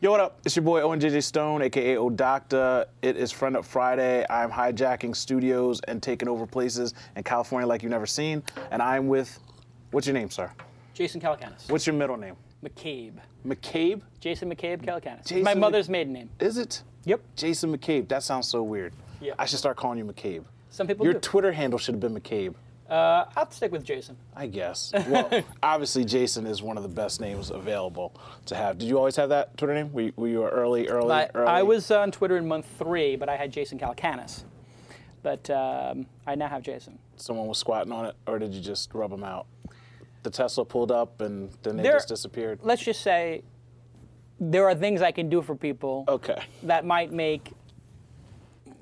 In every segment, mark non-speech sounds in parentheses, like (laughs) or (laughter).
Yo, what up? It's your boy Owen JJ Stone, aka Odocta. It is Friend Up Friday. I'm hijacking studios and taking over places in California like you've never seen. And I'm with, what's your name, sir? Jason Calacanis. What's your middle name? McCabe. McCabe? Jason McCabe Calacanis. Jason My Mc- mother's maiden name. Is it? Yep. Jason McCabe. That sounds so weird. Yeah. I should start calling you McCabe. Some people Your do. Twitter handle should have been McCabe. uh, I'll stick with Jason. I guess. (laughs) Well, obviously, Jason is one of the best names available to have. Did you always have that Twitter name? Were you, were you early, early, I, Oh, early? I was on Twitter in month three, but I had Jason Calacanis. But um, I now have Jason. Someone was squatting on it, or did you just rub them out? The Tesla pulled up and then they There- just disappeared. Let's just say there are things I can do for people Okay, that might make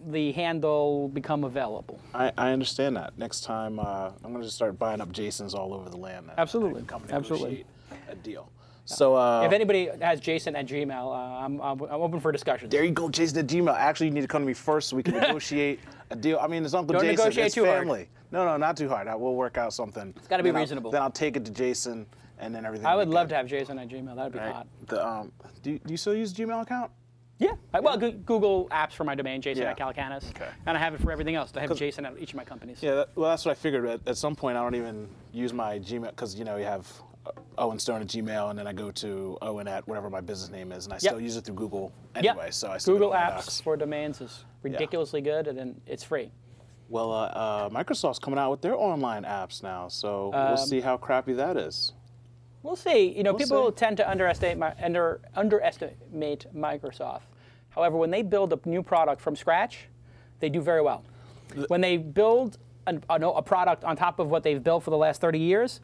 the handle become available. I, I understand that. Next time, uh, I'm gonna just start buying up Jasons all over the land. and- Absolutely. and come Absolutely. negotiate a deal. So uh, If anybody has Jason at Gmail, uh, I'm, I'm, I'm open for discussion. There you go, Jason at Gmail. Actually, you need to come to me first so we (laughs) can negotiate a deal. I mean, it's Uncle Don't Jason. negotiate it's too hard. family. No, no, not too hard. I, we'll work out something. It's gotta be reasonable. then I'll take it to Jason, and then everything. I would love to have Jason at Gmail. That would be hot. The, um, do, do you still use Gmail account? Yeah. I, well, Goo- Google apps for my domain, Jason Yeah. at Calacanis. Okay. And I have it for everything else. I have Jason at each of my companies. Yeah. That, well, that's what I figured. At, at some point, I don't even use my Gmail because you know you have uh, Owen Stone at Gmail, and then I go to Owen at whatever my business name is, and I still use it through Google Yeah. anyway. So I still Google go to my apps docs. for domains is ridiculously good, and then it's free. Well, uh, uh, Microsoft's coming out with their online apps now, so Um, we'll see how crappy that is. We'll see. You know, people see. tend to underestimate my, under, underestimate Microsoft. However, when they build a new product from scratch, they do very well. When they build an, a, no- a product on top of what they've built for the last 30 years,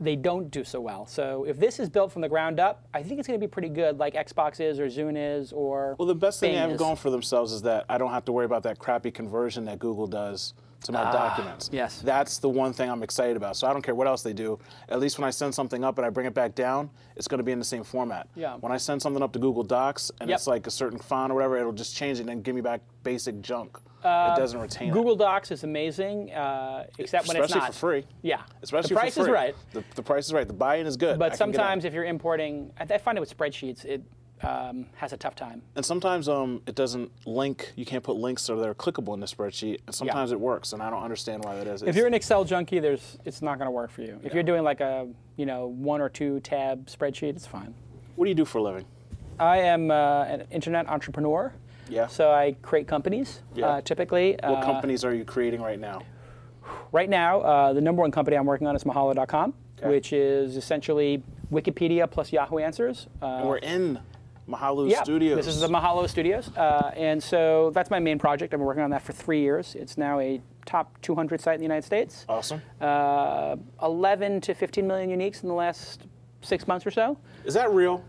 they don't do so well. So if this is built from the ground up, I think it's going to be pretty good, like Xbox is or Zune is or. Well, the best thing they Bing have is. going for themselves is that I don't have to worry about that crappy conversion that Google does to my documents. Ah, yes. That's the one thing I'm excited about. So I don't care what else they do. At least when I send something up and I bring it back down, it's going to be in the same format. Yeah. When I send something up to Google Docs and Yep. it's like a certain font or whatever, it'll just change it and then give me back basic junk. it doesn't retain it. Uh, Google Docs is amazing, uh, except when it's Especially not. for free. Yeah. Especially the price for free. is right. The, the price is right. The buy-in is good. But I can get out. sometimes if you're importing, I, I find it with spreadsheets, it um, has a tough time. And sometimes um, it doesn't link. You can't put links that are clickable in the spreadsheet. And sometimes it works, and I don't understand why that is. If It's- you're an Excel junkie, there's it's not going to work for you. If you're doing like a you know one or two tab spreadsheet, it's fine. what do you do for a living? I am uh, an internet entrepreneur. Yeah. So I create companies. Yeah. Uh, typically. What uh, companies are you creating right now? Right now, uh, the number one company I'm working on is Mahalo.com, Okay. which is essentially Wikipedia plus Yahoo Answers. Uh, We're in Mahalo yeah, Studios. This is the Mahalo Studios, uh, and so that's my main project. I've been working on that for three years. It's now a top 200 site in the United States. awesome. uh, 11 to 15 million uniques in the last six months or so. Is that real?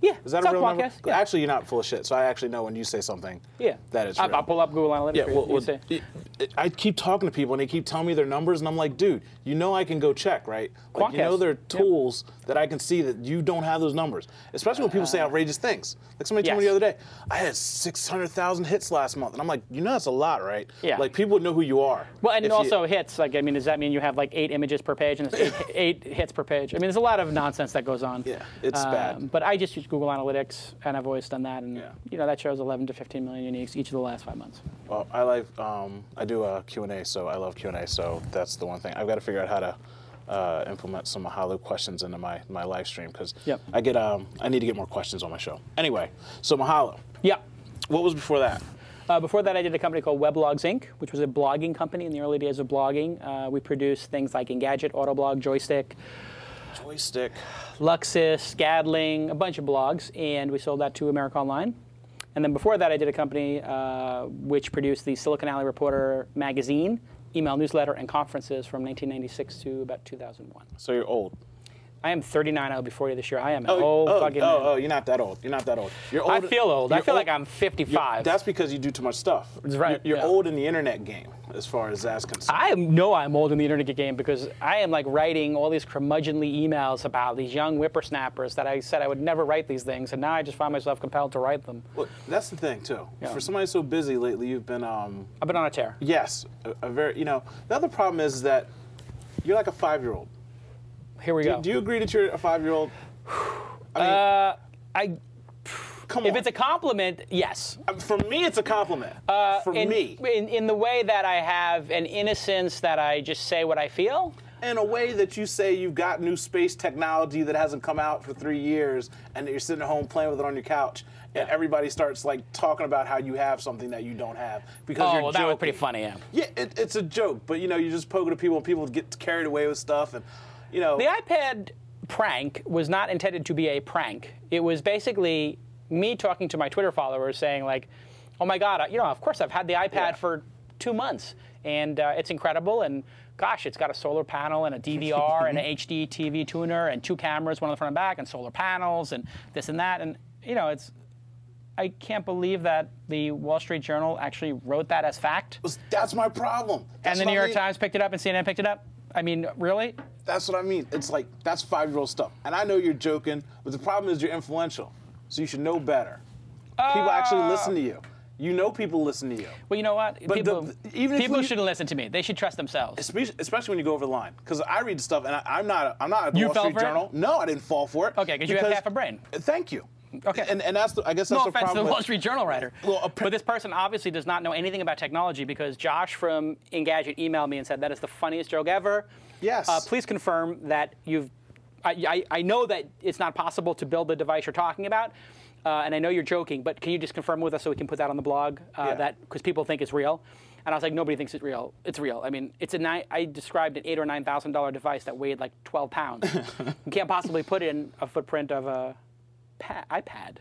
Yeah, Is that it's a real on number? podcast? Yeah. Actually, you're not full of shit. So I actually know when you say something. yeah, That is I- real. I'll pull up Google Analytics. yeah, for you. well, You well, say- it- it- I keep talking to people and they keep telling me their numbers, and I'm like, dude, you know I can go check, right? Like, you know Quantcast. there are Yep. tools that I can see that you don't have those numbers, especially when people say outrageous things. Like somebody told me the Ah. Yes. other day, I had 600,000 hits last month, and I'm like, you know that's a lot, right? Yeah. Like people would know who you are. well, and if you- also hits. Like, I mean, does that mean you have like eight images per page (laughs) and it's eight, eight hits per page? I mean, there's a lot of nonsense that goes on. Um, Yeah, it's bad. But I just use Google Analytics, and I've always done that, and Yeah. you know that shows 11 to 15 million uniques each of the last five months. Well, I like um, I do uh, Q and A, so I love Q and A. So that's the one thing I've got to figure out how to uh, implement some Mahalo questions into my my live stream because Yep. I get um, I need to get more questions on my show. Anyway, so Mahalo, Yeah. what was before that? Uh, before that, I did a company called Weblogs Inc., which was a blogging company in the early days of blogging. Uh, we produced things like Engadget, Autoblog, Joystick, Joystick. Luxus, Gadling, a bunch of blogs, and we sold that to America Online. And then before that, I did a company uh, which produced the Silicon Alley Reporter magazine, email newsletter, and conferences from 1996 to about 2001. So you're old. I am 39. I'll be 40 this year. I am an old oh, fucking oh, man. oh, you're not that old. You're not that old. You're old. I feel old. I you're feel like I'm you're- 55. That's because you do too much stuff. That's right, You're, you're yeah. old in the internet game, as far as that's concerned. I know I'm old in the internet game because I am like writing all these curmudgeonly emails about these young whippersnappers that I said I would never write these things, and now I just find myself compelled to write them. Look, that's the thing too. Yeah. For somebody so busy lately, you've been um, I've been on a tear. Yes, a, a very. You know, the other problem is that you're like a five-year-old. Here we go. Do you agree that you're a five-year-old? I mean, Uh, I Come If on. it's a compliment, yes. For me, it's a compliment. For in, me. In, in the way that I have an innocence that I just say what I feel. In a way that you say you've got new space technology that hasn't come out for three years and that you're sitting at home playing with it on your couch and everybody starts like talking about how you have something that you don't have because Oh, you're well, that was joking. pretty funny, yeah. Yeah, it, it's a joke, but you know, you just poke it at people and people get carried away with stuff and you know The iPad prank was not intended to be a prank. It was basically me talking to my Twitter followers saying like, "Oh my God, I- you know, of course I've had the iPad Yeah. for two months, and uh, it's incredible. And gosh, it's got a solar panel and (laughs) a DVR and an HD TV tuner and two cameras, one on the front and back, and solar panels and this and that. And you know, it's." I can't believe that the Wall Street Journal actually wrote that as fact, that's my problem. That's and the what I New York mean. Times picked it up, and CNN picked it up. I mean, really? That's what I mean. It's like that's five year old stuff. And I know you're joking, but the problem is you're influential. So you should know better. people actually Ah. listen to you. You know people listen to you. Well, you know what? But people the- even if people we- shouldn't listen to me. They should trust themselves. Espe- Especially when you go over the line, because I read stuff and I, I'm not I'm not at the You Wall fell Street for it? Journal. No, I didn't fall for it. Okay, 'cause you have half a brain. Thank you. Okay. And and that's the, I guess that's No the offense to problem. the Wall with- Street Journal writer. Well, appa- but this person obviously does not know anything about technology because Josh from Engadget emailed me and said, That is the funniest joke ever. Yes. Uh, please confirm that you've. I, I, I know that it's not possible to build the device you're talking about, uh, and I know you're joking, but can you just confirm with us so we can put that on the blog? Uh, Yeah. That because people think it's real, and I was like, nobody thinks it's real. It's real. I mean, it's a nine. I described an eight or nine thousand dollar device that weighed like (laughs) twelve pounds. you can't possibly put it in a footprint of a pa- iPad.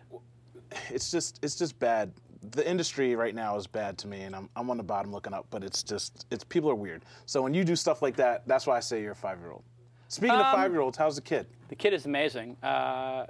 it's just it's just bad. The industry right now is bad to me, and I'm, I'm on the bottom looking up. But it's just it's people are weird. So when you do stuff like that, that's why I say you're a five year old. Speaking Um, of five year olds, how's the kid? The kid is amazing. Uh,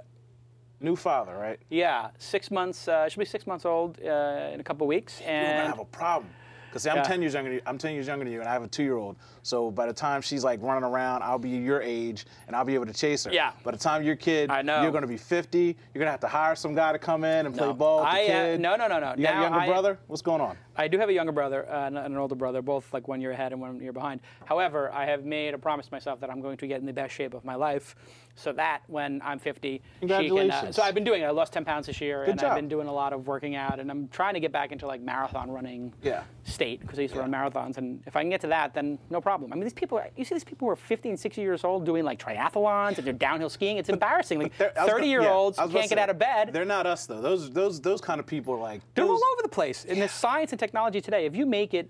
New father, right? yeah, six months. Uh, should be six months old uh, in a couple weeks. You're gonna And have a problem. Cause see, I'm Yeah. ten years younger. Than you, I'm ten years younger than you, and I have a two year old. So by the time she's like running around, I'll be your age, and I'll be able to chase her. Yeah. By the time your kid, I know. you're gonna be 50. You're gonna have to hire some guy to come in and play No. ball with I, the uh, kid. no, no, no, no. You got a Now younger I- brother? What's going on? I do have a younger brother uh, and an older brother, both like one year ahead and one year behind. However, I have made a promise to myself that I'm going to get in the best shape of my life, so that when I'm 50, She can, uh, Congratulations. so I've been doing it. I lost 10 pounds this year, and job. I've been doing a lot of working out, and I'm trying to get back into like marathon running Yeah. state because I used to run marathons, and if I can get to that, then no problem. I mean, these people, are- you see these people who are 50 and 60 years old doing like triathlons and they're downhill skiing. It's embarrassing. Like They're- I was 30 gonna- year yeah, olds I who was about can't to get say, out of bed. Those- They're not us though. Those those those kind of people are like They're those- all over the place. And the science and technology today, if you make it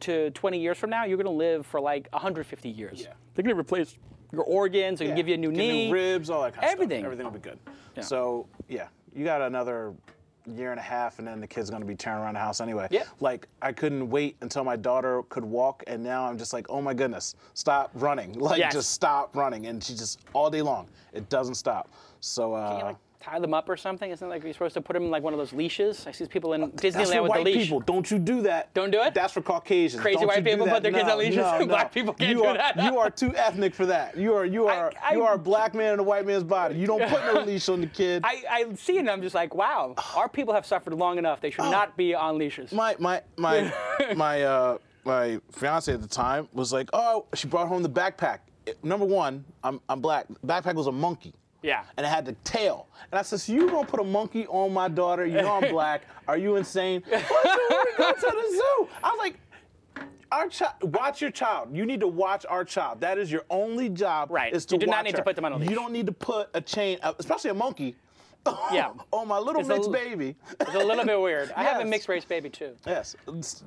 to 20 years from now, you're going to live for like 150 years. Yeah. They're going to replace your organs, they're yeah, going to give you a new get knee. ribs, all that kind Everything. of stuff. Everything will be good. So yeah, you got another year and a half, and then the kid's gonna be tearing around the house anyway. Yeah. Like I couldn't wait until my daughter could walk, and now I'm just like, oh my goodness, stop running, (laughs) like Yes. just stop running, and she just all day long, it doesn't stop. So uh, Can't you, like, tie them up or something? Isn't it like you're supposed to put them in like one of those leashes? I see people in That's Disneyland for with the white leash. people. Don't you do that. Don't do it? That's for Caucasians. Crazy Don't white you do people that. put their kids No, on leashes (laughs) no, and no. black people can't you do are, that. You are too ethnic for that. You are you are I- you are a black man in a white man's body. You don't put (laughs) no leash on the kid. I, I see it and I'm just like, wow, our people have suffered long enough. They should not be on leashes. Oh. my my my (laughs) my uh, my fiance at the time was like, oh, she brought home the backpack. It- Number one, I'm I'm black. Backpack was a monkey. Yeah. And it had the tail. And I said, so you gonna put a monkey on my daughter? You know (laughs) I'm black. Are you insane? Why don't we go to the zoo? I was like, our child, watch your child. You need to watch our child. That is your only job. Right. Is to You do not watch need to her. put them on a leash. You don't need to put a chain, uh, especially a monkey. (laughs) Yeah. on my little It's a mixed l- baby. (laughs) It's a little bit weird. I have a Yes. mixed race baby too. Yes.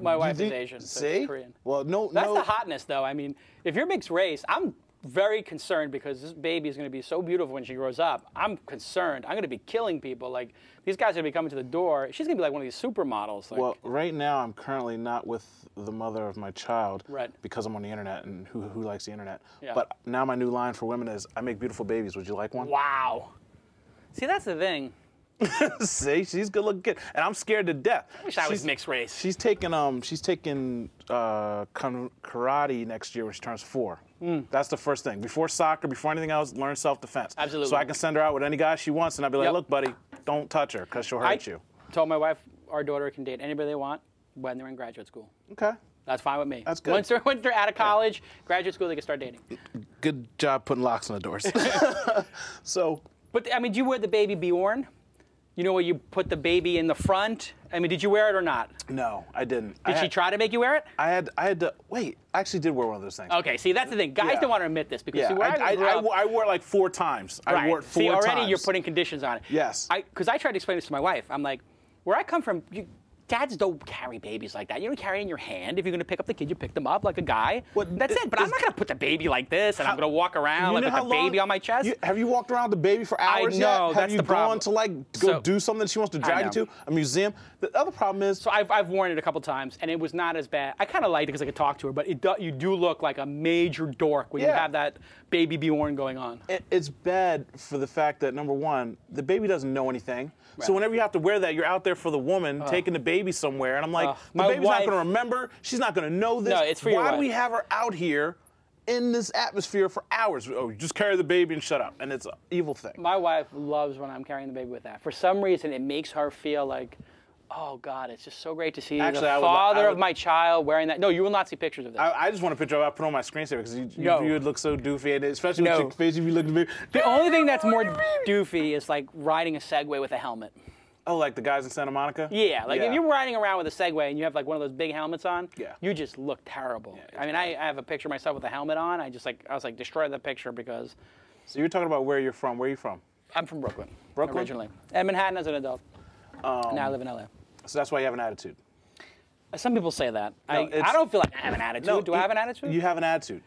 My wife You is did- Asian, so see? she's Korean. Well, no, That's no. the hotness, though. I mean, if you're mixed race, I'm very concerned because this baby is going to be so beautiful when she grows up. I'm concerned. I'm going to be killing people. Like these guys are going to be coming to the door. She's going to be like one of these supermodels. Like, Well, right now I'm currently not with the mother of my child Right. because I'm on the internet and who, who likes the internet. Yeah. But now my new line for women is I make beautiful babies. Would you like one? wow. See, that's the thing. (laughs) See, she's good looking kid, and I'm scared to death. I wish I was mixed race. She's taking um, she's taking uh, kan- karate next year when she turns four. Hmm. That's the first thing. Before soccer, before anything else, learn self defense. So Absolutely. I can send her out with any guy she wants, and I'll be like, Yep. look, buddy, don't touch her because she'll hurt you. told my wife our daughter can date anybody they want when they're in graduate school. Okay. That's fine with me. That's good. Once they're, once they're out of college, graduate school, they can start dating. good (laughs) job putting locks on the doors. (laughs) so But I mean, do you wear the baby Bjorn? You know where you put the baby in the front? I mean, did you wear it or not? No, I didn't. Did she try to make you wear it? I had I had to wait. I actually did wear one of those things. Okay, see, that's the thing. Guys Yeah. don't want to admit this because Yeah, Oh, see, where I, I, I, grew I, up- wo- I wore it like four times. I Right. wore it four See, already you're times. putting conditions on it. Yes. I Because I, tried to explain this to my wife. I'm like, where I come from, you, dads don't carry babies like that. You don't carry it in your hand. If you're going to pick up the kid, you pick them up like a guy. What- That's it. But I'm is- not going to put the baby like this, and I'm How- going to walk around You like know with how a baby long- on my chest. you- have you walked around the baby for I hours yet? know, Have that's you the problem. gone to like go So- do something that she wants to I drag you know. to a museum? The other problem is So I've, I've worn it a couple times, and it was not as bad. I kind of liked it because I could talk to her, but it do, you do look like a major dork when you Yeah. have that baby Bjorn going on. it, it's bad for the fact that number one, the baby doesn't know anything. So Right. whenever you have to wear that, you're out there for the woman taking the baby somewhere, and I'm like, Ugh. the My baby's not wife- going to remember. She's not going to know this. No, it's for your Why do wife. we have her out here in this atmosphere for hours? Oh, you just carry the baby and shut up, and it's an evil thing. My wife loves when I'm carrying the baby with that. For some reason, it makes her feel like, oh God, it's just so great to see Actually, I the would lo- I father of would- my child wearing that. No, you will not see pictures of this. I, I just want a picture of it. I put on my screensaver because you, you, No. you would look so doofy, and especially No. with your face if you look at me. the only thing that's more doofy is like riding a Segway with a helmet. Oh, like the guys in Santa Monica? Yeah, like if you're riding around with a Segway and you have like one of those big helmets on, Yeah. you just look terrible. it's I mean, I, I have a picture of myself with a helmet on. I just like I was like destroy the picture because So you're talking about where you're from. Where are you from? I'm from Brooklyn, Brooklyn? Um, originally, and Manhattan as an adult. now I live in LA. So that's why you have an attitude. Some people say that. No, I, it's- I don't feel like I have an attitude. Do I you- have an attitude? You have an attitude.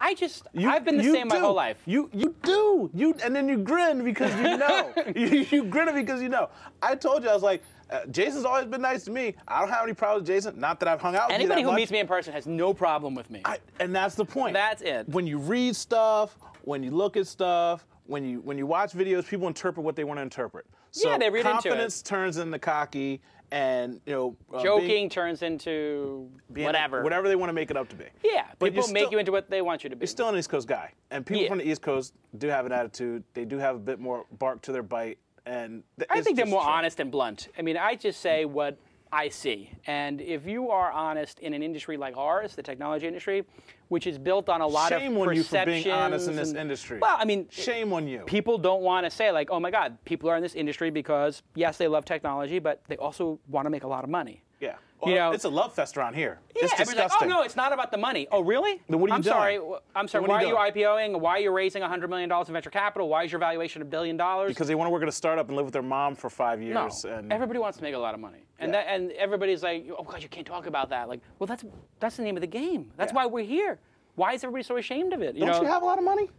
I just You- I've been the you same my do. whole life. You you do. You and then you grin because you (laughs) know. you, you grin because you know. I told you I was like, uh, Jason's always been nice to me. I don't have any problems, with Jason. Not that I've hung out with Anybody you who that much. meets me in person has no problem with me. I, and that's the point. That's it. When you read stuff, when you look at stuff, when you when you watch videos, people interpret what they want to interpret. So Yeah, they read into it. confidence turns into cocky, and you know, uh, Joking being- turns into being- whatever. whatever they want to make it up to be. Yeah, but people you're make still- you into what they want you to be. You're still an East Coast guy, and people Yeah. from the East Coast do have an attitude. They do have a bit more bark to their bite, and th- I it's think they're just more true. honest and blunt. I mean, I just say what I see. And if you are honest in an industry like ours, the technology industry, which is built on a lot Shame of on you for being honest in perceptions this and- industry. Well, I mean, Shame on you. people don't want to say like, oh my God, people are in this industry because yes, they love technology, but they also want to make a lot of money. Yeah, you Well, know- it's a love fest around here. Yeah, it's everybody's like, disgusting. oh no, it's not about the money. Oh really? Then what are you I'm doing? sorry. w- I'm sorry. Then what Why are are you you IPOing? Why are you raising 100 million dollars in venture capital? Why is your valuation a billion dollars? because they want to work at a startup and live with their mom for five no, years. And everybody wants to make a lot of money, and Yeah. that, and everybody's like, oh god, you can't talk about that. Like, well, that's that's the name of the game. That's Yeah. why we're here. Why is everybody so ashamed of it? You don't know, you have a lot of money?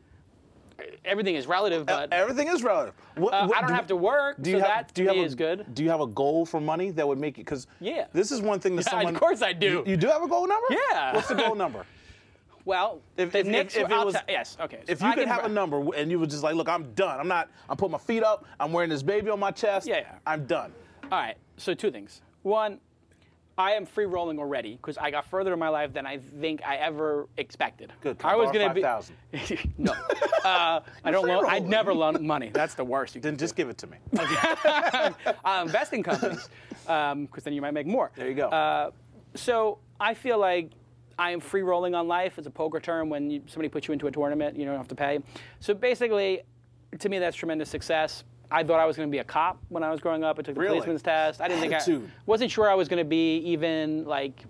everything is relative, but Everything is relative. What, uh, what- I don't do- have to work, so that to me a, is good. Do you have a goal for money that would make you? Because Yeah. this is one thing that (laughs) Yeah, of someone. course I do. You, you do have a goal number? Yeah. What's the goal (laughs) number? Well, If- the if- if- Knicks if were it out was- to- yes, okay. If so you I could can- have a number w- and you were just like, look, I'm done. I'm not. I'm putting my feet up. I'm wearing this baby on my chest. Yeah, yeah. I'm done. All right. So two things. One, I am free rolling already because I got further in my life than I think I ever expected. Good, can I I was borrow gonna be 5,000? no. (laughs) Uh, I don't. free Loan, I rolling. never loan money. That's the worst. You can Then just give it (laughs) to me. (laughs) uh, invest in companies because then you might make more. There you go. Uh, so I feel like I am free rolling on life. It's a poker term when you, somebody puts you into a tournament, you don't have to pay. So basically, to me, that's tremendous success. I thought I was going to be a cop when I was growing up. I took the Really? policeman's test. I didn't Attitude. think I wasn't sure I was going to be even like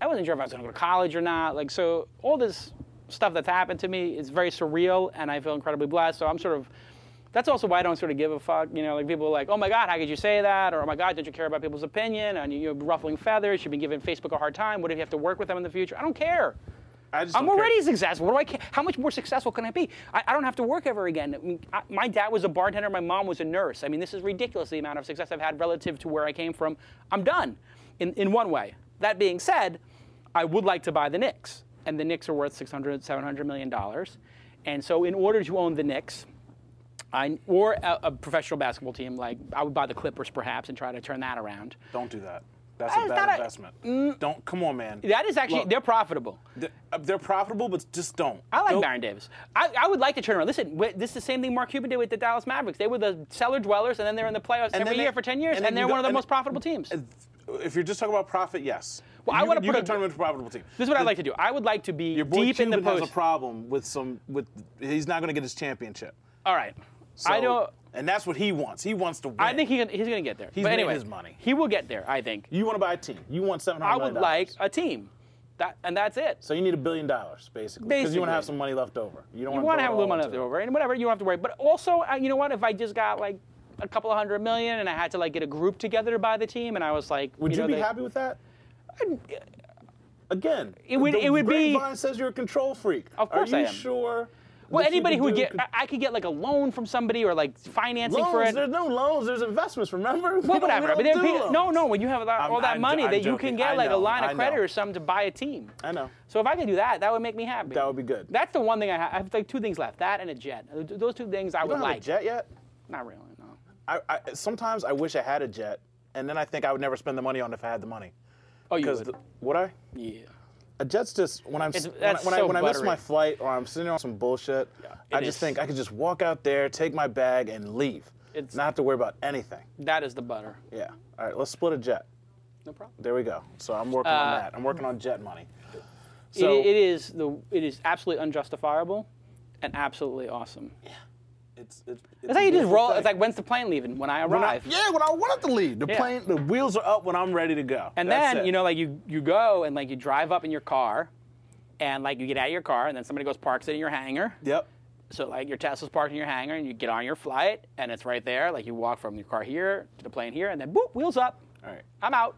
I wasn't sure if I was going to go to college or not. Like so, all this stuff that's happened to me is very surreal, and I feel incredibly blessed. So I'm sort of that's also why I don't sort of give a fuck. You know, like people are like, oh my god, how could you say that? Or oh my god, don't you care about people's opinion? And you're ruffling feathers. You've been giving Facebook a hard time. What if you have to work with them in the future? I don't care. I just I'm don't care. already successful. What do I care? How much more successful can I be? I, I don't have to work ever again. I mean, I- my dad was a bartender. My mom was a nurse. I mean, this is ridiculous the amount of success I've had relative to where I came from. I'm done in, in one way. That being said, I would like to buy the Knicks, and the Knicks are worth 600, 700 million dollars. And so, in order to own the Knicks, I, or a, a professional basketball team, like I would buy the Clippers perhaps and try to turn that around. Don't do that. That's That's a bad not a- Mm. investment. don't. Come on, man. That is actually, Look, they're profitable. they're, uh, they're profitable, but just don't. I like Don't- Baron Davis. I, I would like to turn around. Listen, wh- this is the same thing Mark Cuban did with the Dallas Mavericks. They were the cellar dwellers, and then they're in the playoffs And every then year they- for 10 years, and and, then you they're go- one of the and most then- profitable teams. Uh, If you're just talking about profit, yes. Well, I You wanna could- you put a- could turn them into a profitable team. this is what I'd like to do. I would like to be Your boy deep Cuban in the has post. a problem with some. With he's not going to get his championship. All right. So I don't. and that's what he wants. He wants to win. I think he, he's going to get there. He's but made anyway, his money. He will get there, I think. you want to buy a team. You want seven I hundred. would like a team. That and that's it. So you need a billion dollars basically because you want to Basically. have some money left over. You don't You want to have a little money left over and whatever, you don't have to worry. But also, uh, you know what? If I just got like a couple of hundred million and I had to like get a group together to buy the team, and I was like, Would you, know, be they- happy with that? Again, It would- the it would be- grapevine says you're a control freak. Of course Are I you am. sure? Well, that you anybody can who would do get, con- I, I could get like a loan from somebody or like financing loans. for it. There's no loans. There's investments. (laughs) Remember? Well, whatever. But then people, no, no. When you have that, I'm- all that I'm- money, I'm that you joking. can I get like know, a line I of credit know. or something to buy a team. I know. So if I could do that, that would make me happy. That would be good. That's the one thing I have. I have like two things left: that and a jet. Th- Those two things I You would don't have like. a jet yet? Not really. No. I, I sometimes I wish I had a jet, and then I think I would never spend the money on it if I had the money. Oh, you Because would. would I? yeah. A jet's just when I'm s- when, I- that's when I so when I miss buttery. my flight or I'm sitting on some bullshit, I it just is. think I could just walk out there, take my bag, and leave. It's- not have to worry about anything. That is the butter. Yeah. All right, let's split a jet. No problem. There we go. So I'm working on that. I'm working on jet money. Uh, It So i- it is the. It is absolutely unjustifiable, and absolutely awesome. it's it's. It's like you just roll. It's like when's the plane leaving? When I arrive. when I, yeah, when I want it to leave, the Yeah. plane, the wheels are up when I'm ready to go. And That's then, it. you know, like you, you go and like you drive up in your car and like you get out of your car and then somebody goes parks it in your hangar. Yep. So like your Tesla's parked in your hangar and you get on your flight and it's right there. Like you walk from your car here to the plane here and then boop, wheels up. All right. I'm out.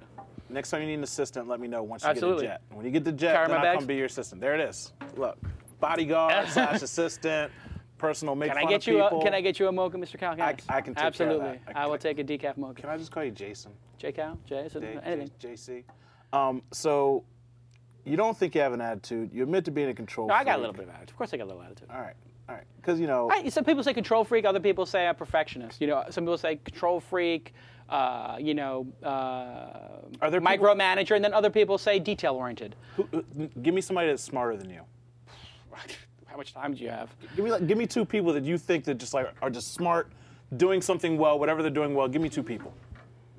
Next time you need an assistant, let me know once you Absolutely. get the jet. When you get the jet, Carry then my I'll bags? come be your assistant. There it is. Look, (laughs) bodyguard slash assistant, personal make Can fun I get of you people. a, can I get you a mocha, Mr. Cal? I- I can take care of that. Absolutely. I I, can will take a decaf mocha. Can I just call you Jason? J Cal? J? So, J- Mm-hmm. anything. J- JC. Um, so you don't think you have an attitude. You admit to being a control. No, I got a freak. little bit of attitude. Of course I got a little attitude. All right, all right. Because you know, I, some people say control freak. Other people say a perfectionist. You know, some people say control freak. Uh, you know, uh, Are there people- micromanager, and then other people say detail oriented. who, who- n- give me somebody that's smarter than you. How much time do you have? Give me like, give me two people that you think that just like are just smart, doing something well, whatever they're doing well. Give me two people.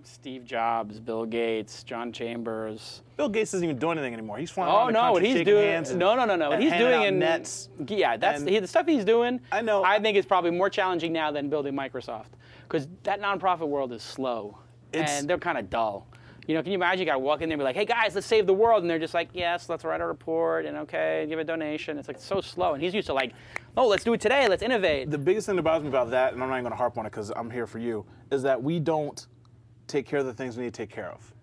Steve Jobs, Bill Gates, John Chambers. Bill Gates isn't even doing anything anymore. He's flying around Oh the no, country what he's shaking doing? hands and- no, no, no, no. What and he's handing doing out in nets. Yeah, that's and- he, the stuff he's doing. I know. I think it's probably more challenging now than building Microsoft because that nonprofit world is slow It's- and they're kind of dull. You know, can you imagine? You got to walk in there and be like, "Hey guys, let's save the world," and they're just like, "Yes, let's write a report and okay, give a donation." It's like so slow, and he's used to like, "Oh, let's do it today. Let's innovate." The biggest thing that bothers me about that, and I'm not even going to harp on it because I'm here for you, is that we don't take care of the things we need to take care of,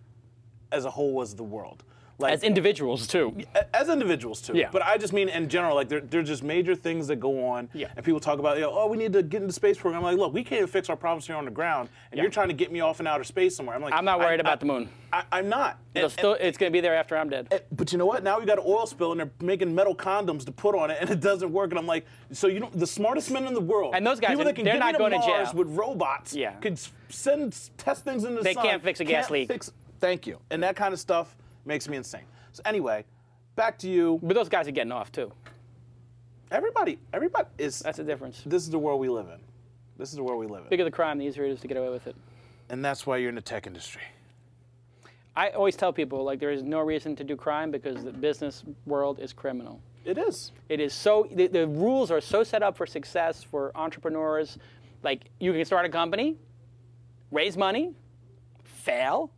as a whole, as the world, like As individuals too. a- as individuals too. Yeah. But I just mean in general, like there, there's just major things that go on. Yeah. And people talk about, you know, oh, we need to get into space program. I'm like, look, we can't even fix our problems here on the ground, and you're trying to get me off in outer space somewhere. I'm like, I'm not worried I- about the moon. I, I'm not. They'll And- still- it's going to be there after I'm dead. but you know what? Now we got an oil spill, and they're making metal condoms to put on it, and it doesn't work. And I'm like, so you know, the smartest men in the world, And those guys people are- that can they're get not me to going to Mars jail. with robots, Yeah. could s- send s- test things into the They sun. can't fix a gas can't leak. fix- thank you. And that kind of stuff makes me insane. So anyway, back to you. But those guys are getting off too. Everybody, everybody is. That's the difference. this is the world we live in. This is the world we live in, bigger the crime, the easier it is to get away with it. and that's why you're in the tech industry. I always tell people like there is no reason to do crime because the business world is criminal. It is. It is so the, the rules are so set up for success for entrepreneurs. Like you can start a company, raise money, fail,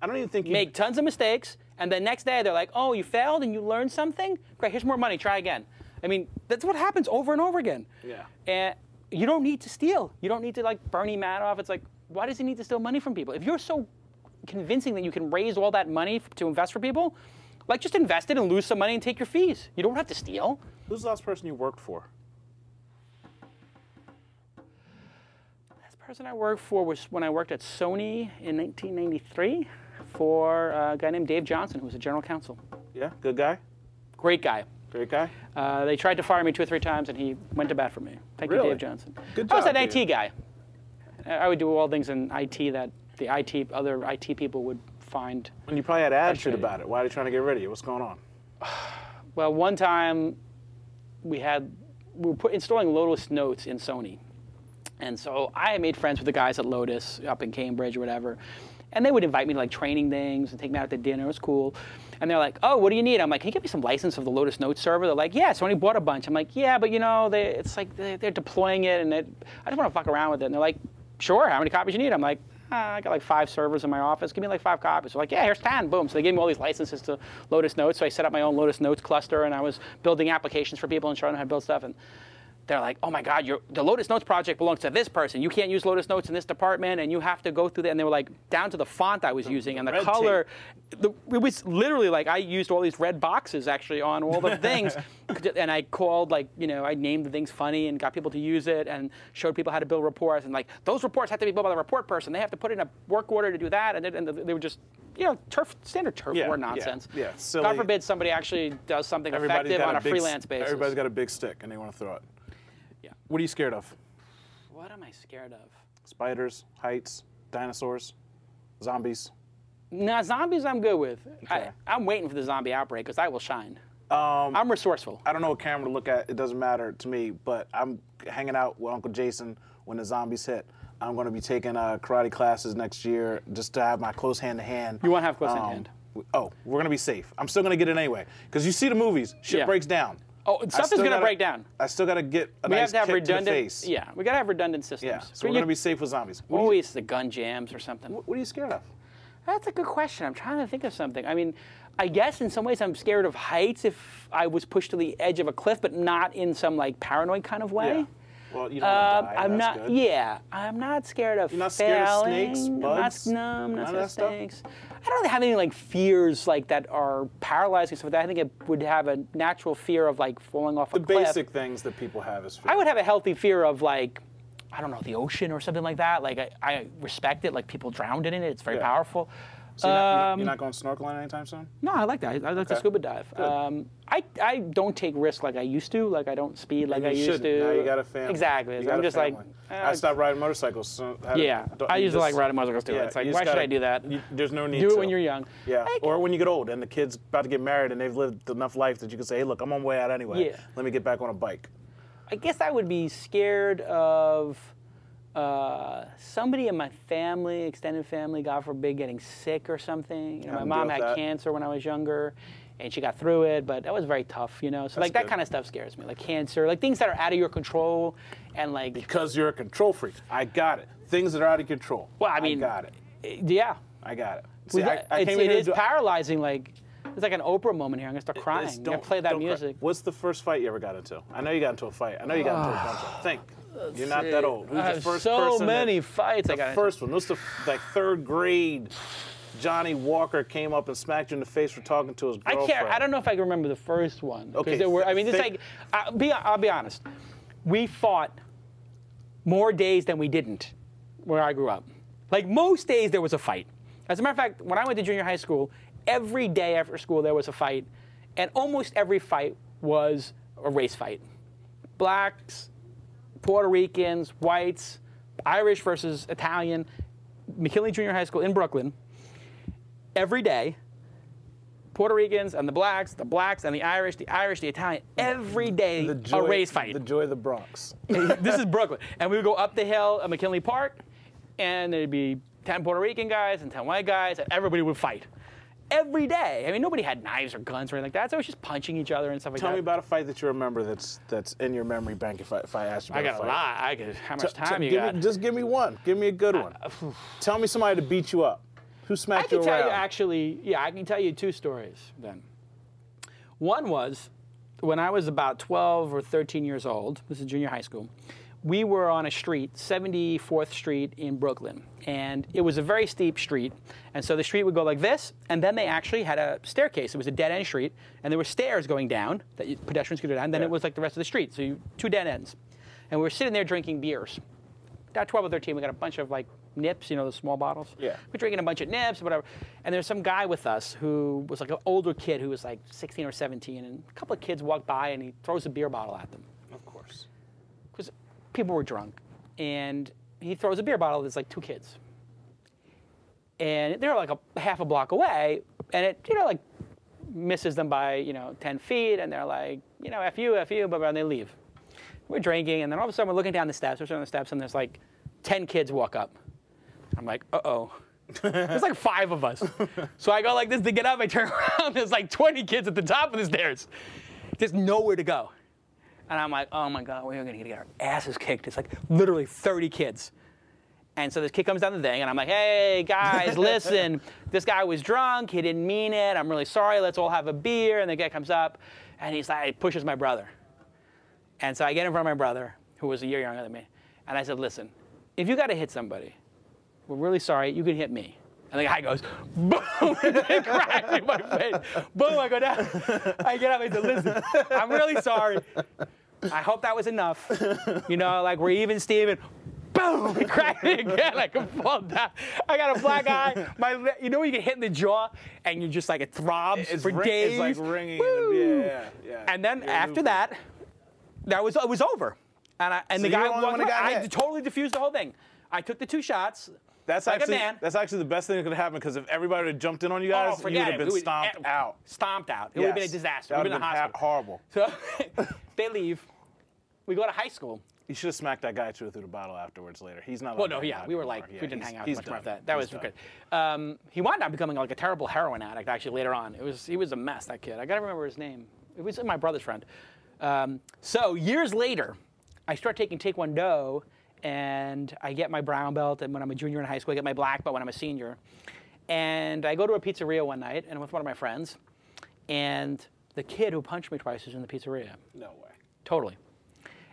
I don't even think you make tons of mistakes, and the next day they're like, "Oh, you failed and you learned something. Great, here's more money. Try again." I mean, that's what happens over and over again. Yeah. And you don't need to steal. You don't need to like Bernie Madoff. It's like, why does he need to steal money from people? If you're so convincing that you can raise all that money f- to invest for people, like just invest it and lose some money and take your fees. You don't have to steal. Who's the last person you worked for? Last person I worked for was when I worked at Sony in 1993 for a guy named Dave Johnson, who was a general counsel. Yeah, good guy, Great guy. great guy. Uh, they tried to fire me two or three times, and he went to bat for me. Thank Really? you, Dave Johnson. Good I was job, an Dave. IT guy. I I would do all things in IT that the IT other IT people would find. And you probably had an attitude Frustrated. about it. Why are they trying to get rid of you? What's going on? Well, one time we had we were put, installing Lotus Notes in Sony, and so I made friends with the guys at Lotus up in Cambridge or whatever, And they would invite me to like training things and take me out to dinner. It was cool. And they're like, "Oh, what do you need?" I'm like, "Can you get me some license of the Lotus Notes server?" They're like, "Yeah." So I only bought a bunch. I'm like, "Yeah, but you know, they, it's like they, they're deploying it, and it, I just want to fuck around with it." And they're like, "Sure. How many copies you need?" I'm like, ah, "I got like five servers in my office. Give me like five copies." They're like, "Yeah, here's ten. Boom." So they gave me all these licenses to Lotus Notes. So I set up my own Lotus Notes cluster, and I was building applications for people and showing them how to build stuff. And they're like, oh my God, your, the Lotus Notes project belongs to this person. You can't use Lotus Notes in this department, and you have to go through that. And they were like, down to the font I was using and the red color. The, it was literally like I used all these red boxes actually on all (laughs) the things. and I called, like, you know, I named the things funny and got people to use it and showed people how to build reports. And like, those reports have to be built by the report person. They have to put in a work order to do that. And, it, and they were just, you know, turf, standard turf Yeah, war yeah, nonsense. yeah, silly. God forbid somebody actually does something Everybody's effective got on a, big s- freelance basis. Everybody's got a big stick and they want to throw it. Yeah. What are you scared of? What am I scared of? Spiders, heights, dinosaurs, zombies. Nah, zombies I'm good with. Okay. I, I'm waiting for the zombie outbreak because I will shine. Um, I'm resourceful. I don't know what camera to look at. It doesn't matter to me. But I'm hanging out with Uncle Jason when the zombies hit. I'm going to be taking uh, karate classes next year just to have my close hand to hand. You wanna have close hand to hand. w- Oh, we're going to be safe. I'm still going to get it anyway because you see the movies. Shit Yeah. breaks down. Oh, I stuff is still gonna gotta- break down. I still got to get a we nice have to have kick redundant. to the face. Yeah, we gotta have redundant systems. Yeah, So But we're going you- to be safe with zombies. What, are you, always the gun jams or something. what are you scared of? That's a good question. I'm trying to think of something. I mean, I guess in some ways I'm scared of heights if I was pushed to the edge of a cliff, but not in some like paranoid kind of way. Yeah. Well, you don't Um, want to die. I'm That's not. good. Yeah, I'm not scared of. You're not scared of snakes, bugs, I'm not, no, I'm none of not scared that of stuff? snakes. I don't really have any like fears like that are paralyzing stuff. I think it would have a natural fear of like falling off a The cliff. basic things that people have is fear. I would have a healthy fear of like, I don't know, the ocean or something like that. Like I, I respect it. Like people drowned in it. It's very Yeah. powerful. So you're, not, you're Um, not going snorkeling anytime soon? no, I like that. I, I like to Okay. scuba dive. Um, I, I don't take risks like I used to. Like I don't speed like And I you used should. to. Now you got a family. Exactly. You So got I'm a just like. family. eh, I stopped riding motorcycles. So I had a- Yeah, don't- I you used to like just- riding motorcycles too. yeah, It's like, you why just should gotta- I do that? you- there's no need. Do to. it when you're young. Yeah, Like- or when you get old and the kid's about to get married and they've lived enough life that you can say, "Hey, look, I'm on my way out anyway. Yeah. Let me get back on a bike." I guess I would be scared of uh, somebody in my family, extended family, God forbid, getting sick or something. You know, Yeah, my I'm mom good with had that. cancer when I was younger, and she got through it, but that was very tough. You know, so like good. that kind of stuff scares me, like cancer, like things that are out of your control, and like Because you're a control freak. I got it. Things that are out of control. Well, I mean- eh, got it. yeah, I got it. See, With I, that- I it's, came in it here is to do- paralyzing. Like it's like an Oprah moment here. I'm gonna start crying. It's- I'm gonna play that don't cry. music. What's the first fight you ever got into? I know you got into a fight. I know you got into a bunch (sighs) of. Think. You're not that old. Who's I the have first so person that- many fights I got. The into. first one. What's the f- like third grade? Johnny Walker came up and smacked you in the face for talking to his I girlfriend. can't. I don't know if I can remember the first one. 'cause Okay, There were, I th- mean, it's think- like, I'll be, I'll be honest. We fought more days than we didn't where I grew up. Like most days, there was a fight. As a matter of fact, when I went to junior high school, every day after school there was a fight, and almost every fight was a race fight. Blacks, Puerto Ricans, whites, Irish versus Italian, McKinley Junior High School in Brooklyn. Every day, Puerto Ricans and the blacks, the blacks and the Irish, the Irish, the Italian, every day The joy, a race fight. The joy of the Bronx. (laughs) this is Brooklyn. And we would go up the hill at McKinley Park, and there'd be 10 Puerto Rican guys and 10 white guys, and everybody would fight. Every day. I mean, nobody had knives or guns or anything like that, so it was just punching each other and stuff like Tell that. me about a fight that you remember that's that's in your memory bank. If I, if I asked you, I about got a fight. lot. I could, how much T- time you give got? Me, just give me one. Give me a good (sighs) one. Tell me somebody to beat you up. Who I smacked can you tell around? you actually, yeah, I can tell you two stories then. One was when I was about 12 or 13 years old, this is junior high school, we were on a street, 74th Street in Brooklyn. And it was a very steep street. And so the street would go like this. And then they actually had a staircase. It was a dead end street. And there were stairs going down that you- pedestrians could go down. then Yeah. it was like the rest of the street. So you, two dead ends. And we were sitting there drinking beers about 12 or 13, we got a bunch of like nips, you know, the small bottles. Yeah. We're drinking a bunch of nips, whatever. And there's some guy with us who was like an older kid who was like 16 or 17, and a couple of kids walked by and he throws a beer bottle at them Of course. because people were drunk. And he throws a beer bottle at these like two kids. And they're like a half a block away, and it, you know, like misses them by, you know, 10 feet, and they're like, you know, F you, F you, blah, blah, and they leave. We're drinking, and then all of a sudden we're looking down the steps, we're sitting on the steps, and there's like 10 kids walk up. I'm like, uh oh. There's like five of us. So I go like this to get up. I turn (laughs) around. There's like 20 kids at the top of the stairs. There's nowhere to go. And I'm like, oh my God, we're going to get our asses kicked. It's like literally 30 kids. And so this kid comes down the thing, and I'm like, hey, guys, listen, this guy was drunk. He didn't mean it. I'm really sorry. Let's all have a beer. And the guy comes up, and he's like, he pushes my brother. And so I get in front of my brother, who was a year younger than me, and I said, listen, if you got to hit somebody, we're really sorry. You can hit me. And the guy goes, (laughs) boom, and they crack in my face. Boom, I go down. I get up and say, listen, I'm really sorry. I hope that was enough. You know, like we're even, Steven. Boom! He cracked (laughs) me again. I could fall down. I got a black eye. My, le- you know, when you get hit in the jaw and you're just like it throbs It's for ring- days. it's like ringing in the- Woo! yeah, yeah, yeah. And then You're after looping. that, that was it was over. And I, and So the you guy were the one walked that got away. I hit. Oh, totally diffused the whole thing. I took the two shots. That's like actually a man. that's actually the best thing that could happen because if everybody would have jumped in on you Oh, guys, you would forget have it. been We would- stomped eh, out. Stomped out. It would have been a Yes. disaster. That We'd would have have been in the been hospital. ha- horrible. So (laughs) they leave. We go to high school. You should have smacked that guy too through the bottle afterwards later. He's not. Well, allowed no, to hang yeah, out we were anymore. like, Yeah, we didn't he's- hang out he's much more done. after that. That He's was done. good. Um, he wound up becoming like a terrible heroin addict actually later on. It was he was a mess that kid. I gotta remember his name. It was my brother's friend. Um, so years later, I start taking Taekwondo, and I get my brown belt. And when I'm a junior in high school, I get my black belt when I'm a senior. And I go to a pizzeria one night, and I'm with one of my friends, and the kid who punched me twice is in the pizzeria. No way. Totally.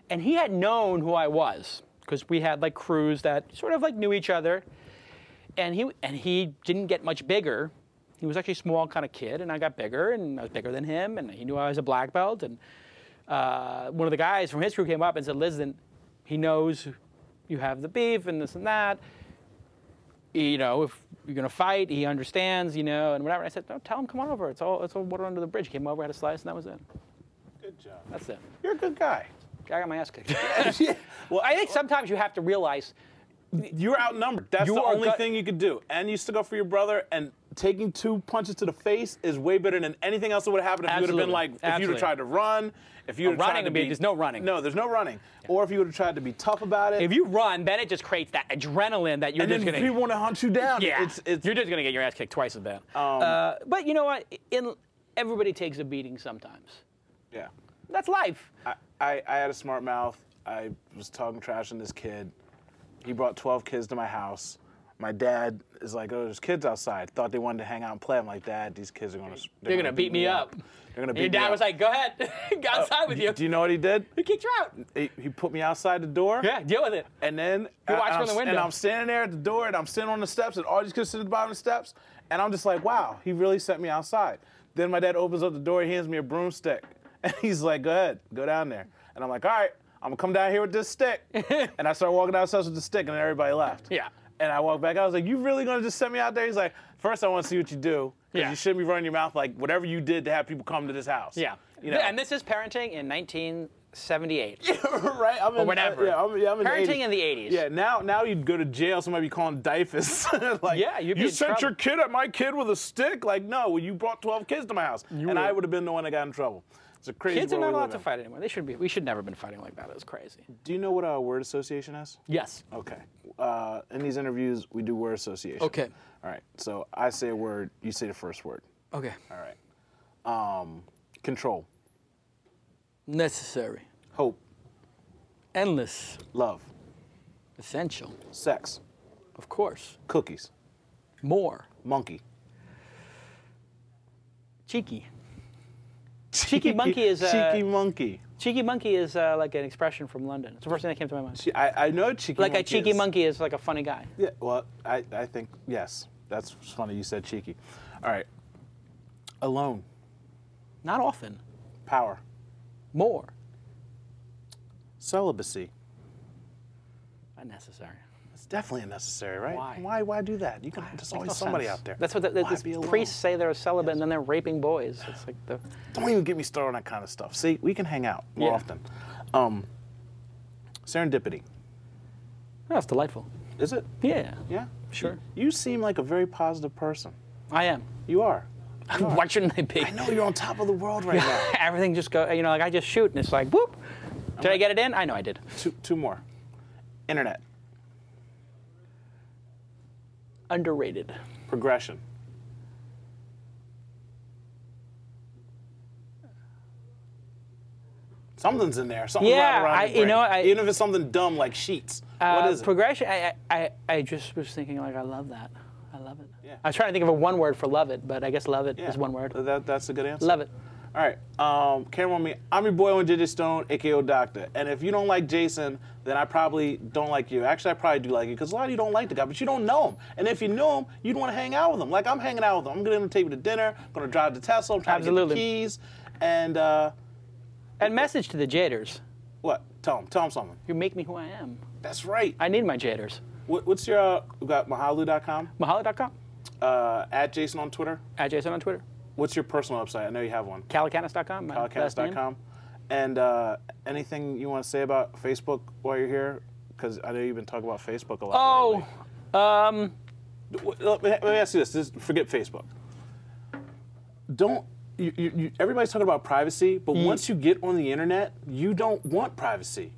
And he had known who I was because we had like crews that sort of like knew each other. And he and he didn't get much bigger. He was actually a small kind of kid, and I got bigger, and I was bigger than him, and he knew I was a black belt. And uh, one of the guys from his crew came up and said, "Listen, he knows you have the beef and this and that. You know, if you're gonna fight, he understands. You know, and whatever." And I said, "No, tell him come on over. It's all it's all water under the bridge." He came over, had a slice, and that was it. Good job. That's it. You're a good guy. I got my ass kicked. (laughs) well, I think sometimes you have to realize you're outnumbered. That's You the are only gut- thing you could do. And you still go for your brother. And taking two punches to the face is way better than anything else that would have happened. If you would have been Absolutely. like, if you'd have Absolutely. tried to run, if you would have running tried to would be- be, there's no running. No, there's no running. Or if you would have tried to be tough about it, if you run, then it just creates that adrenaline that you're and then just gonna. people want to hunt you down. yeah, it's it's you're just gonna get your ass kicked twice as bad. uh, but you know what? In everybody takes a beating sometimes. yeah. That's life. I, I, I had a smart mouth. I was talking trash on this kid. He brought 12 kids to my house. My dad is like, oh, there's kids outside. Thought they wanted to hang out and play. I'm like, Dad, these kids are gonna they're, They're gonna beat me up. They're gonna And beat me your dad up. Oh, was like, "Go ahead, (laughs) go outside with Oh, you." Do you know what he did? He kicked you out. He, he put me outside the door. Yeah, deal with it. And then You I- watch and from I'm- the window. And I'm standing there at the door, and I'm sitting on the steps, and all these kids sitting at the bottom of the steps, and I'm just like, wow, he really sent me outside. Then my dad opens up the door, he hands me a broomstick, (laughs) and he's like, go ahead, go down there. And I'm like, all right, I'm gonna come down here with this (laughs) stick. and I start walking down the steps with the stick, and then everybody left. Yeah. And I walk back. I was like, "You really gonna just send me out there?" He's like, first I want to see what you do. 'cause Yeah. You shouldn't be running your mouth like whatever you did to have people come to this house." Yeah. You know. And this is parenting in 1978. (laughs) right? I'm in, uh, whatever. yeah, I'm, yeah, I'm in Parenting the 80s. in the 80s. Yeah, now now you'd go to jail. Somebody be calling Dyfus. (laughs) like, Yeah, you'd be you in sent trouble. your kid at my kid with a stick. Like, no, well, you brought 12 kids to my house, and were- I would have been the one that got in trouble. It's a crazy. Kids are world not we allowed live to in. fight anymore. They should be. We should never have been fighting like that. It was crazy. Do you know what a word association is? Yes. Okay. Uh, in these interviews, we do word association. Okay. All right. So I say a word. You say the first word. Okay. All right. Um, control, Necessary. hope, Endless. love, Essential. sex, Of course. cookies, More. monkey. Cheeky. Cheeky monkey is uh, cheeky monkey. cheeky monkey is uh, like an expression from London. It's the first thing that came to my mind. Che- I, I know cheeky. Like monkey a cheeky is- monkey is like a funny guy. Yeah. Well, I, I think yes. That's funny. You said cheeky. All right. Alone. Not often. Power. More. Celibacy. Unnecessary. It's definitely unnecessary, right? Why? Why? why do that? You can. There's Makes always no somebody sense. out there. That's what the, the, Why these be alone? priests say they're celibate and then they're raping boys. It's like the Don't even get me started on that kind of stuff. See, we can hang out more Yeah. often. Um, serendipity. oh, it's delightful. Is it? Yeah. Yeah. Sure. You seem like a very positive person. I am. You are. (laughs) Why shouldn't I be? I know you're on top of the world right now. Everything just go. You know, like I just shoot and it's like whoop. Did I get it in? I know I did. Two, two more. Internet. underrated. Progression. Something's in there. Something Yeah, right around I- your you brain. know, I- even if it's something dumb like sheets. Uh, what is it? Progression. I, I, I- I just was thinking like I love that. I love it. Yeah. I was trying to think of a one word for love it, but I guess love it is Yeah, one word. That, that's a good answer. Love it. All right, um, camera on me. I'm your boy on JJ Stone, aka Doctor. And if you don't like Jason, then I probably don't like you. Actually, I probably do like you because a lot of you don't like the guy, but you don't know him. And if you knew him, you'd want to hang out with him. Like I'm hanging out with him. I'm gonna take you to dinner. I'm gonna drive to Tesla. I'm trying Absolutely. to get the keys. And uh, And message to the jaders. what? Tell him. Tell him something. You make me who I am. That's right. I need my jaders. What, what's your? Uh, we got Mahalu.com. Mahalo.com. Uh, at Jason on Twitter. At Jason on Twitter. What's your personal website? I know you have one. Calicanis.com. my last name. podcast.com. And uh, anything you want to say about Facebook while you're here? Because I know you've been talking about Facebook a lot. Oh, um, lately. W- Let me, let me ask you this. this forget Facebook. Don't. You, you, you, everybody's talking about privacy, but Mm. once you get on the internet, you don't want privacy.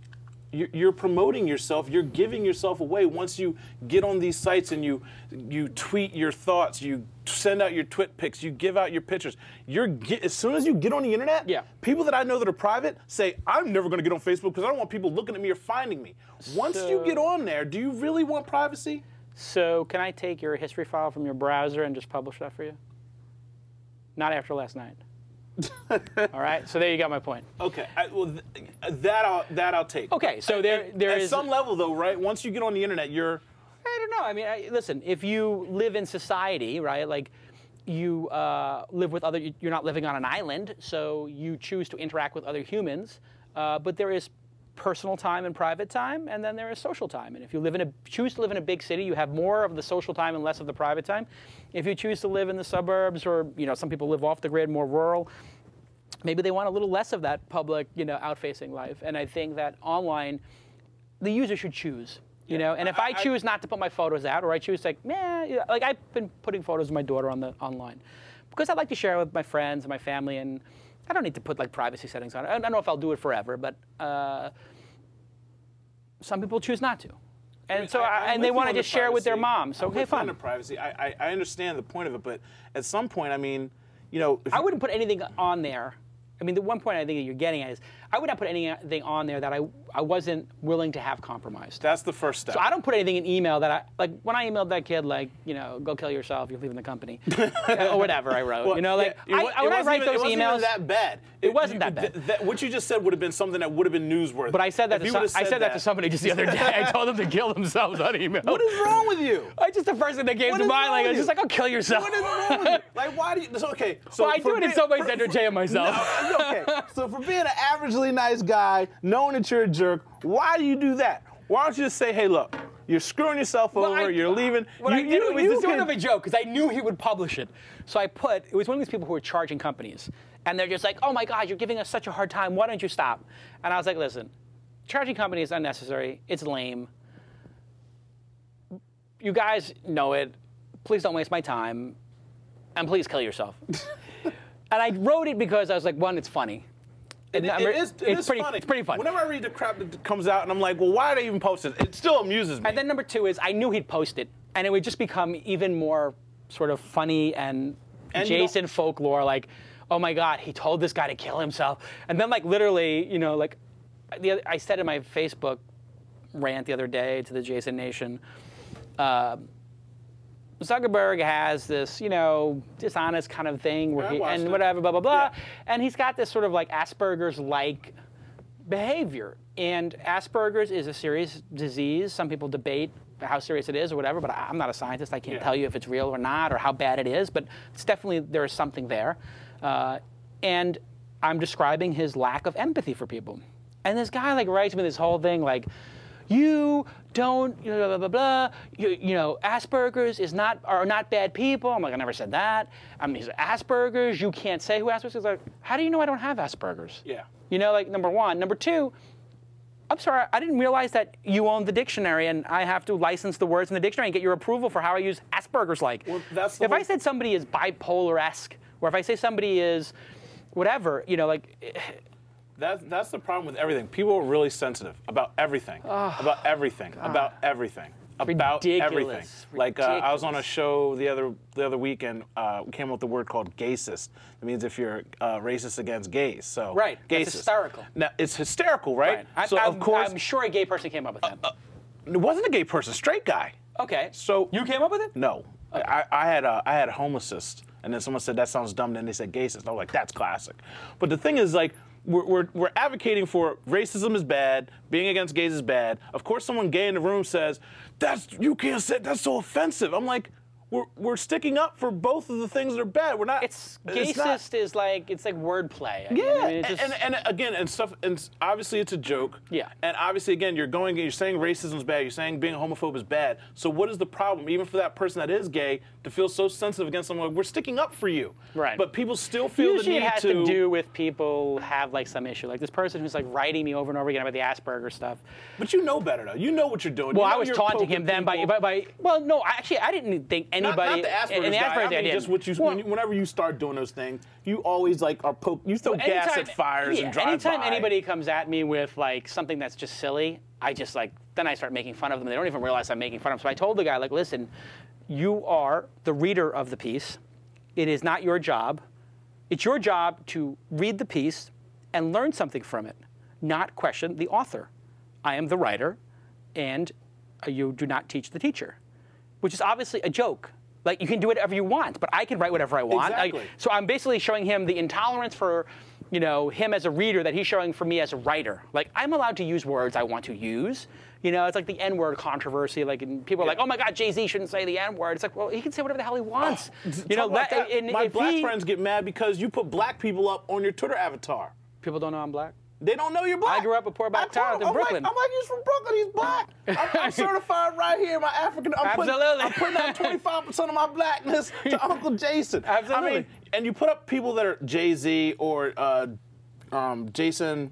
You're, you're promoting yourself. You're giving yourself away. Once you get on these sites and you you tweet your thoughts, you send out your twit pics, you give out your pictures. You're get, as soon as you get on the internet, Yeah. People that I know that are private say, I'm never going to get on Facebook because I don't want people looking at me or finding me. Once you So- get on there, do you really want privacy? so can I take your history file from your browser and just publish that for you? Not after last night. (laughs) All right. So there you got my point. Okay, I, well, th- that I'll that I'll take. Okay. So there, there At is. some level, though, right? Once you get on the internet, you're I don't know. I mean, I, listen, if you live in society, right, like you uh, live with other, you're not living on an island, so you choose to interact with other humans. Uh, but there is personal time and private time, and then there is social time. And if you live in a, choose to live in a big city, you have more of the social time and less of the private time. If you choose to live in the suburbs, or you know, some people live off the grid, more rural, maybe they want a little less of that public, you know, outfacing life. And I think that online, the user should choose. You know, and if I- I, I- choose not to put my photos out, or I choose like, meh, you know, like I've been putting photos of my daughter on the online, because I like to share with my friends and my family, and I don't need to put like privacy settings on it. I I don't know if I'll do it forever, but uh, some people choose not to, and so I- I'm I, and they with you want on to the just share with their privacy. mom. So I'm okay, with you on fine. the privacy. I, I I understand the point of it, but at some point, I mean, you know, if I wouldn't put anything on there. I mean, the one point I think that you're getting at is I would not put anything on there that I, I wasn't willing to have compromised. that's the first step. So I don't put anything in email that I, like, when I emailed that kid, like, you know, go kill yourself, you're leaving (laughs) the company, or whatever I wrote. you know, like, yeah, it I- wa- I, it when I wasn't write even- those it wasn't emails, even that bad. it wasn't that th- bad. that- what you just said would have been something that would have been newsworthy. but I said that If to you some, would've I said that to somebody just the other day. I told them to kill themselves on email. What is wrong with you? (laughs) I just the first thing that came What to is mind, wrong like, I with was just you? like, oh, kill yourself. What is wrong (laughs) with you? Like, why do you? So, okay, so Well, I do for it in be- some ways for- to entertain myself. (laughs) No, okay, so for being an averagely nice guy, knowing that you're a jerk, why do you do that? Why don't you just say, hey, look, you're screwing yourself Well, over, I- uh, you're leaving. What you, I did you- it was you just sort can- of a joke because I knew he would publish it. So I put it was one of these people who were charging companies, and they're just like, "Oh my God, you're giving us such a hard time. Why don't you stop?" And I was like, "Listen, charging company is unnecessary. It's lame. You guys know it. Please don't waste my time, and please (laughs) kill yourself." and I wrote it because I was like, one, it's funny. It- And number- it is, it it's is pretty, funny. It's pretty funny. Whenever I read the crap that comes out and I'm like, well, why are they even posting? It still amuses me. And then number two is I knew he'd post it, and it would just become even more sort of funny and, And you don't- Jason folklore, like, oh my God, he told this guy to kill himself, and then like literally, you know, like, the other, I said in my Facebook rant the other day to the Jason Nation. Uh, Zuckerberg has this, you know, dishonest kind of thing where I he, watched and it. whatever, blah blah blah, Yeah. and he's got this sort of like Asperger's like behavior. And Asperger's is a serious disease. Some people debate how serious it is or whatever, but I- I'm not a scientist. I can't Yeah. tell you if it's real or not or how bad it is, but it's definitely there is something there. Uh, and I'm describing his lack of empathy for people. And this guy like writes me this whole thing like, you don't you know, blah blah blah. blah. You, you know Asperger's is not are not bad people. I'm like I never said that. I mean these are Asperger's. You can't say who Asperger's is. Like how do you know I don't have Asperger's? yeah. You know, like number one. Number two, I'm sorry, I didn't realize that you own the dictionary and I have to license the words in the dictionary and get your approval for how I use Asperger's like. Well, that's the if I whole- said somebody is bipolar esque, or if I say somebody is whatever, you know, like eh, That's that's the problem with everything. People are really sensitive about everything, about everything, about everything. about everything. Ridiculous. Like uh, I was on a Ridiculous. show the other the other week and uh, we came up with a word called gaysist. It means if you're uh, racist against gays. So Right. gaysist. That's hysterical. Now it's hysterical, right? I, So I'm, of course Uh, I'm sure a gay person came up with that. it wasn't a gay person, straight guy. okay. So you came up with it? No, I, I had a, I had a homicist, and then someone said that sounds dumb. Then they said gaysist. I was like, that's classic. But the thing is, like, we're, we're, we're advocating for racism is bad, being against gays is bad. Of course, someone gay in the room says, that's you can't say that's so offensive. I'm like, we're, we're sticking up for both of the things that are bad. We're not. It's not- gaysist is like it's like wordplay. I mean, yeah, I mean, it and, just- and, and again, and stuff, and s- obviously it's a joke. Yeah. And obviously, again, you're going, you're saying racism's bad, you're saying being homophobe is bad. So what is the problem, even for that person that is gay, to feel so sensitive against someone? We're sticking up for you. Right. But people still feel usually the it need has to, do with people have like some issue. Like this person who's like writing me over and over again about the Asperger stuff. But you know better though. You know what you're doing. Well, You know I was you're taunting poking him then by, people. by by. Well, no, I- actually, I didn't think Not, not anybody. the Asperger's and the guy. Asperger I thing, mean, didn't. just what you, Well- when you- whenever you start doing those things, you always like are poke. You throw gas anytime, at fires yeah, and drive anytime by. anybody comes at me with like something that's just silly, I just like then I start making fun of them. They don't even realize I'm making fun of them. So I told the guy like, listen, you are the reader of the piece. It is not your job. It's your job to read the piece and learn something from it, not question the author. I am the writer, and uh, you do not teach the teacher, which is obviously a joke. Like you can do whatever you want, but I can write whatever I want. Like, Exactly. so I'm basically showing him the intolerance for, you know, him as a reader that he's showing for me as a writer. Like I'm allowed to use words I want to use. You know, it's like the N-word controversy. Like and people are like, oh my God, Jay Z shouldn't say the N-word. It's like, well, he can say whatever the hell he wants. you know, Oh, Talk about let- that. my if black he- friends get mad because you put black people up on your Twitter avatar. people don't know I'm black. They don't know you're black. I grew up a poor I black told him, child in I'm like- Brooklyn. I'm like, he's from Brooklyn. He's black. I'm, (laughs) I'm certified right here. My African. I'm Putting, Absolutely. I'm putting out 25 percent of my blackness (laughs) to Uncle Jason. I mean, Absolutely. and you put up people that are Jay Z or uh, um, Jason,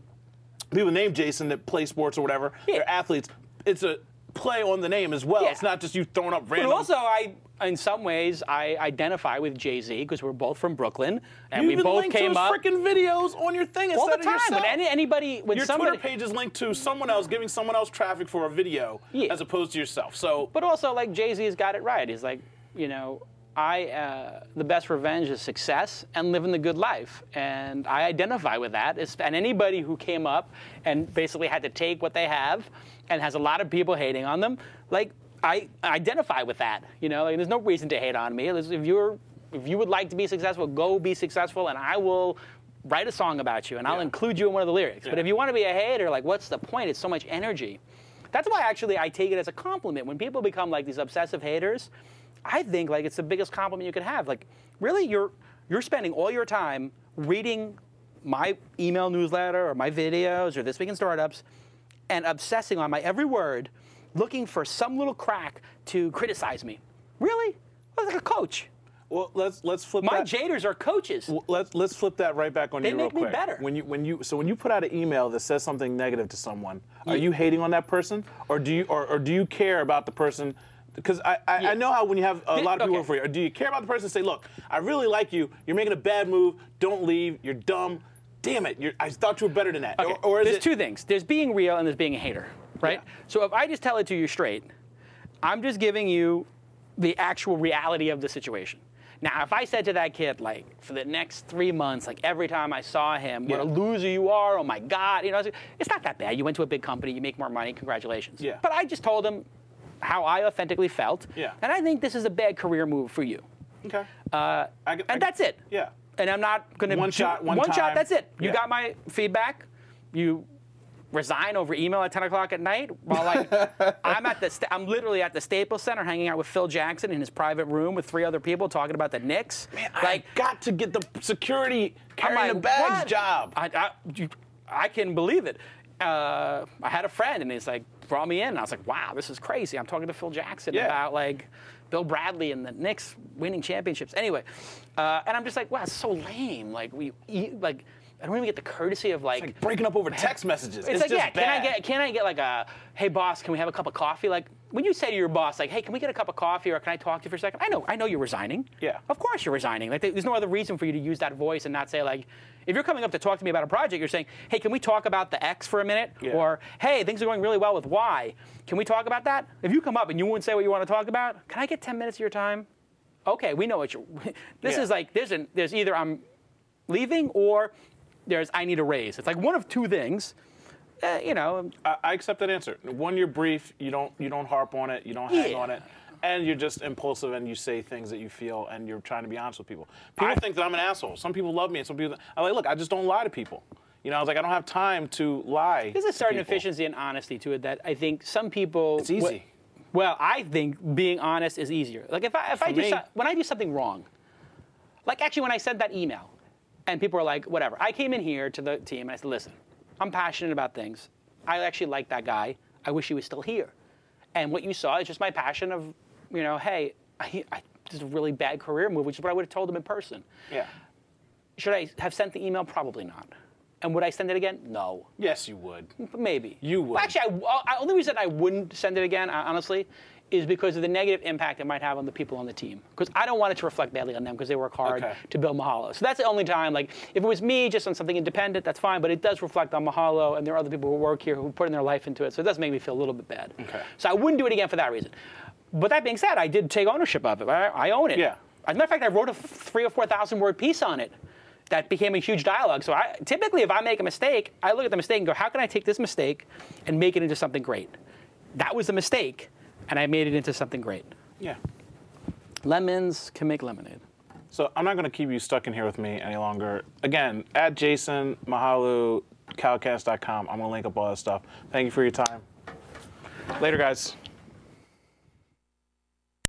people named Jason that play sports or whatever. They're athletes. It's a play on the name as well. Yeah. It's not just you throwing up But random. also, I, in some ways, I identify with Jay Z because we're both from Brooklyn and you we even both link came to up freaking videos on your thing all instead the time. of yourself. When any, anybody, when Your somebody, Twitter page is linked to someone else giving someone else traffic for a video Yeah. as opposed to yourself. So But also, like Jay Z's got it right. He's like, you know, I uh, the best revenge is success and living the good life, and I identify with that. It's- And anybody who came up and basically had to take what they have, and has a lot of people hating on them, like I identify with that. You know, like, there's no reason to hate on me. There's- If you're if you would like to be successful, go be successful, and I will write a song about you, and I'll Yeah. include you in one of the lyrics. But Yeah. if you want to be a hater, like, what's the point? It's so much energy. That's why actually I take it as a compliment. When people become like these obsessive haters, I think like it's the biggest compliment you could have. Like, really, you're you're spending all your time reading my email newsletter or my videos or this week in startups and obsessing on my every word, looking for some little crack to criticize me. Really? I was like a coach. well, let's let's flip My that. jaders are coaches. w- let's let's flip that right back on They you real make me quick. better. When you when you so when you put out an email that says something negative to someone, are you hating on that person, or do you or, or do you care about the person? Because I, I, I know how when you have a lot of people okay. work for you, or do you care about the person? and Say, look, I really like you. You're making a bad move. Don't leave. You're dumb. Damn it. You're, I thought you were better than that. Okay, Or, or is there's it, two things. There's being real and there's being a hater, right? Yeah. So if I just tell it to you straight, I'm just giving you the actual reality of the situation. Now, if I said to that kid, like, for the next three months, like every time I saw him, what a Yeah. loser you are, oh my God, you know, it's- it's not that bad. You went to a big company, you make more money, congratulations. Yeah. But I just told him how I authentically felt. Yeah. And I think this is a bad career move for you. Okay. Uh, I get- I and get- that's it. Yeah. And I'm not going to One shot, one one shot. time. That's it. You Yeah. got my feedback. You resign over email at 10 o'clock at night while I, (laughs) I'm at the sta- I'm literally at the Staples Center hanging out with Phil Jackson in his private room with three other people talking about the Knicks. Man, I got to get the security I'm carrying the like, bags what? job. I, I, you- I can believe it. Uh, I had a friend, and he's like, brought me in, and I was like, wow, this is crazy. I'm talking to Phil Jackson Yeah. about like Bill Bradley and the Knicks winning championships. Anyway, uh, and I'm just like, wow, it's so lame. Like we, e- like I don't even get the courtesy of like. Like breaking up over text messages. it's, It's, like, just yeah, bad. can I get can I get like a hey boss, can we have a cup of coffee? Like when you say to your boss, like, hey, can we get a cup of coffee or can I talk to you for a second? I know, I know you're resigning. Yeah. Of course you're resigning. Like there's no other reason for you to use that voice and not say like if you're coming up to talk to me about a project, you're saying, hey, can we talk about the X for a minute? Yeah. Or hey, things are going really well with Y. Can we talk about that? If you come up and you wouldn't say what you want to talk about, can I get 10 minutes of your time? Okay, we know what you're (laughs) this Yeah. is like there's an there's either I'm leaving or there's I need a raise. It's like one of two things. Uh, you know, I, I accept that answer. One, you're brief. You don't you don't harp on it. You don't hang Yeah. on it. And you're just impulsive, and you say things that you feel, and you're trying to be honest with people. People think that I'm an asshole. Some people love me, and some people. I'm like, look, I just don't lie to people. You know, I was like, I don't have time to lie. there's a to certain people. efficiency and honesty to it that I think some people. It's easy. well, I think being honest is easier. Like if I if I do me. so, when I do something wrong, like actually when I sent that email, and people are like, whatever. I came in here to the team and I said, listen, I'm passionate about things. I actually like that guy. I wish he was still here. And what you saw is just my passion of, you know, hey, I, I, this is a really bad career move, which is what I would have told him in person. Yeah. Should I have sent the email? Probably not. And would I send it again? No. Yes, you would. But maybe. You would. Well, actually, I, well, I- only reason I wouldn't send it again, uh, honestly, is because of the negative impact it might have on the people on the team. Because I don't want it to reflect badly on them because they work hard Okay. to build Mahalo. So that's the only time. Like, if it was me just on something independent, that's fine. But it does reflect on Mahalo, and there are other people who work here who put in their life into it. So it does make me feel a little bit bad. Okay. So I wouldn't do it again for that reason. But that being said, I did take ownership of it. I, I own it. Yeah. As a matter of fact, I wrote a f- three or four thousand word piece on it that became a huge dialogue. So I typically, if I make a mistake, I look at the mistake and go, "How can I take this mistake and make it into something great?" That was the mistake, and I made it into something great. Yeah. Lemons can make lemonade. So I'm not going to keep you stuck in here with me any longer. Again, at Jason Mahalu, Calcast.com. I'm going to link up all that stuff. Thank you for your time. Later, guys.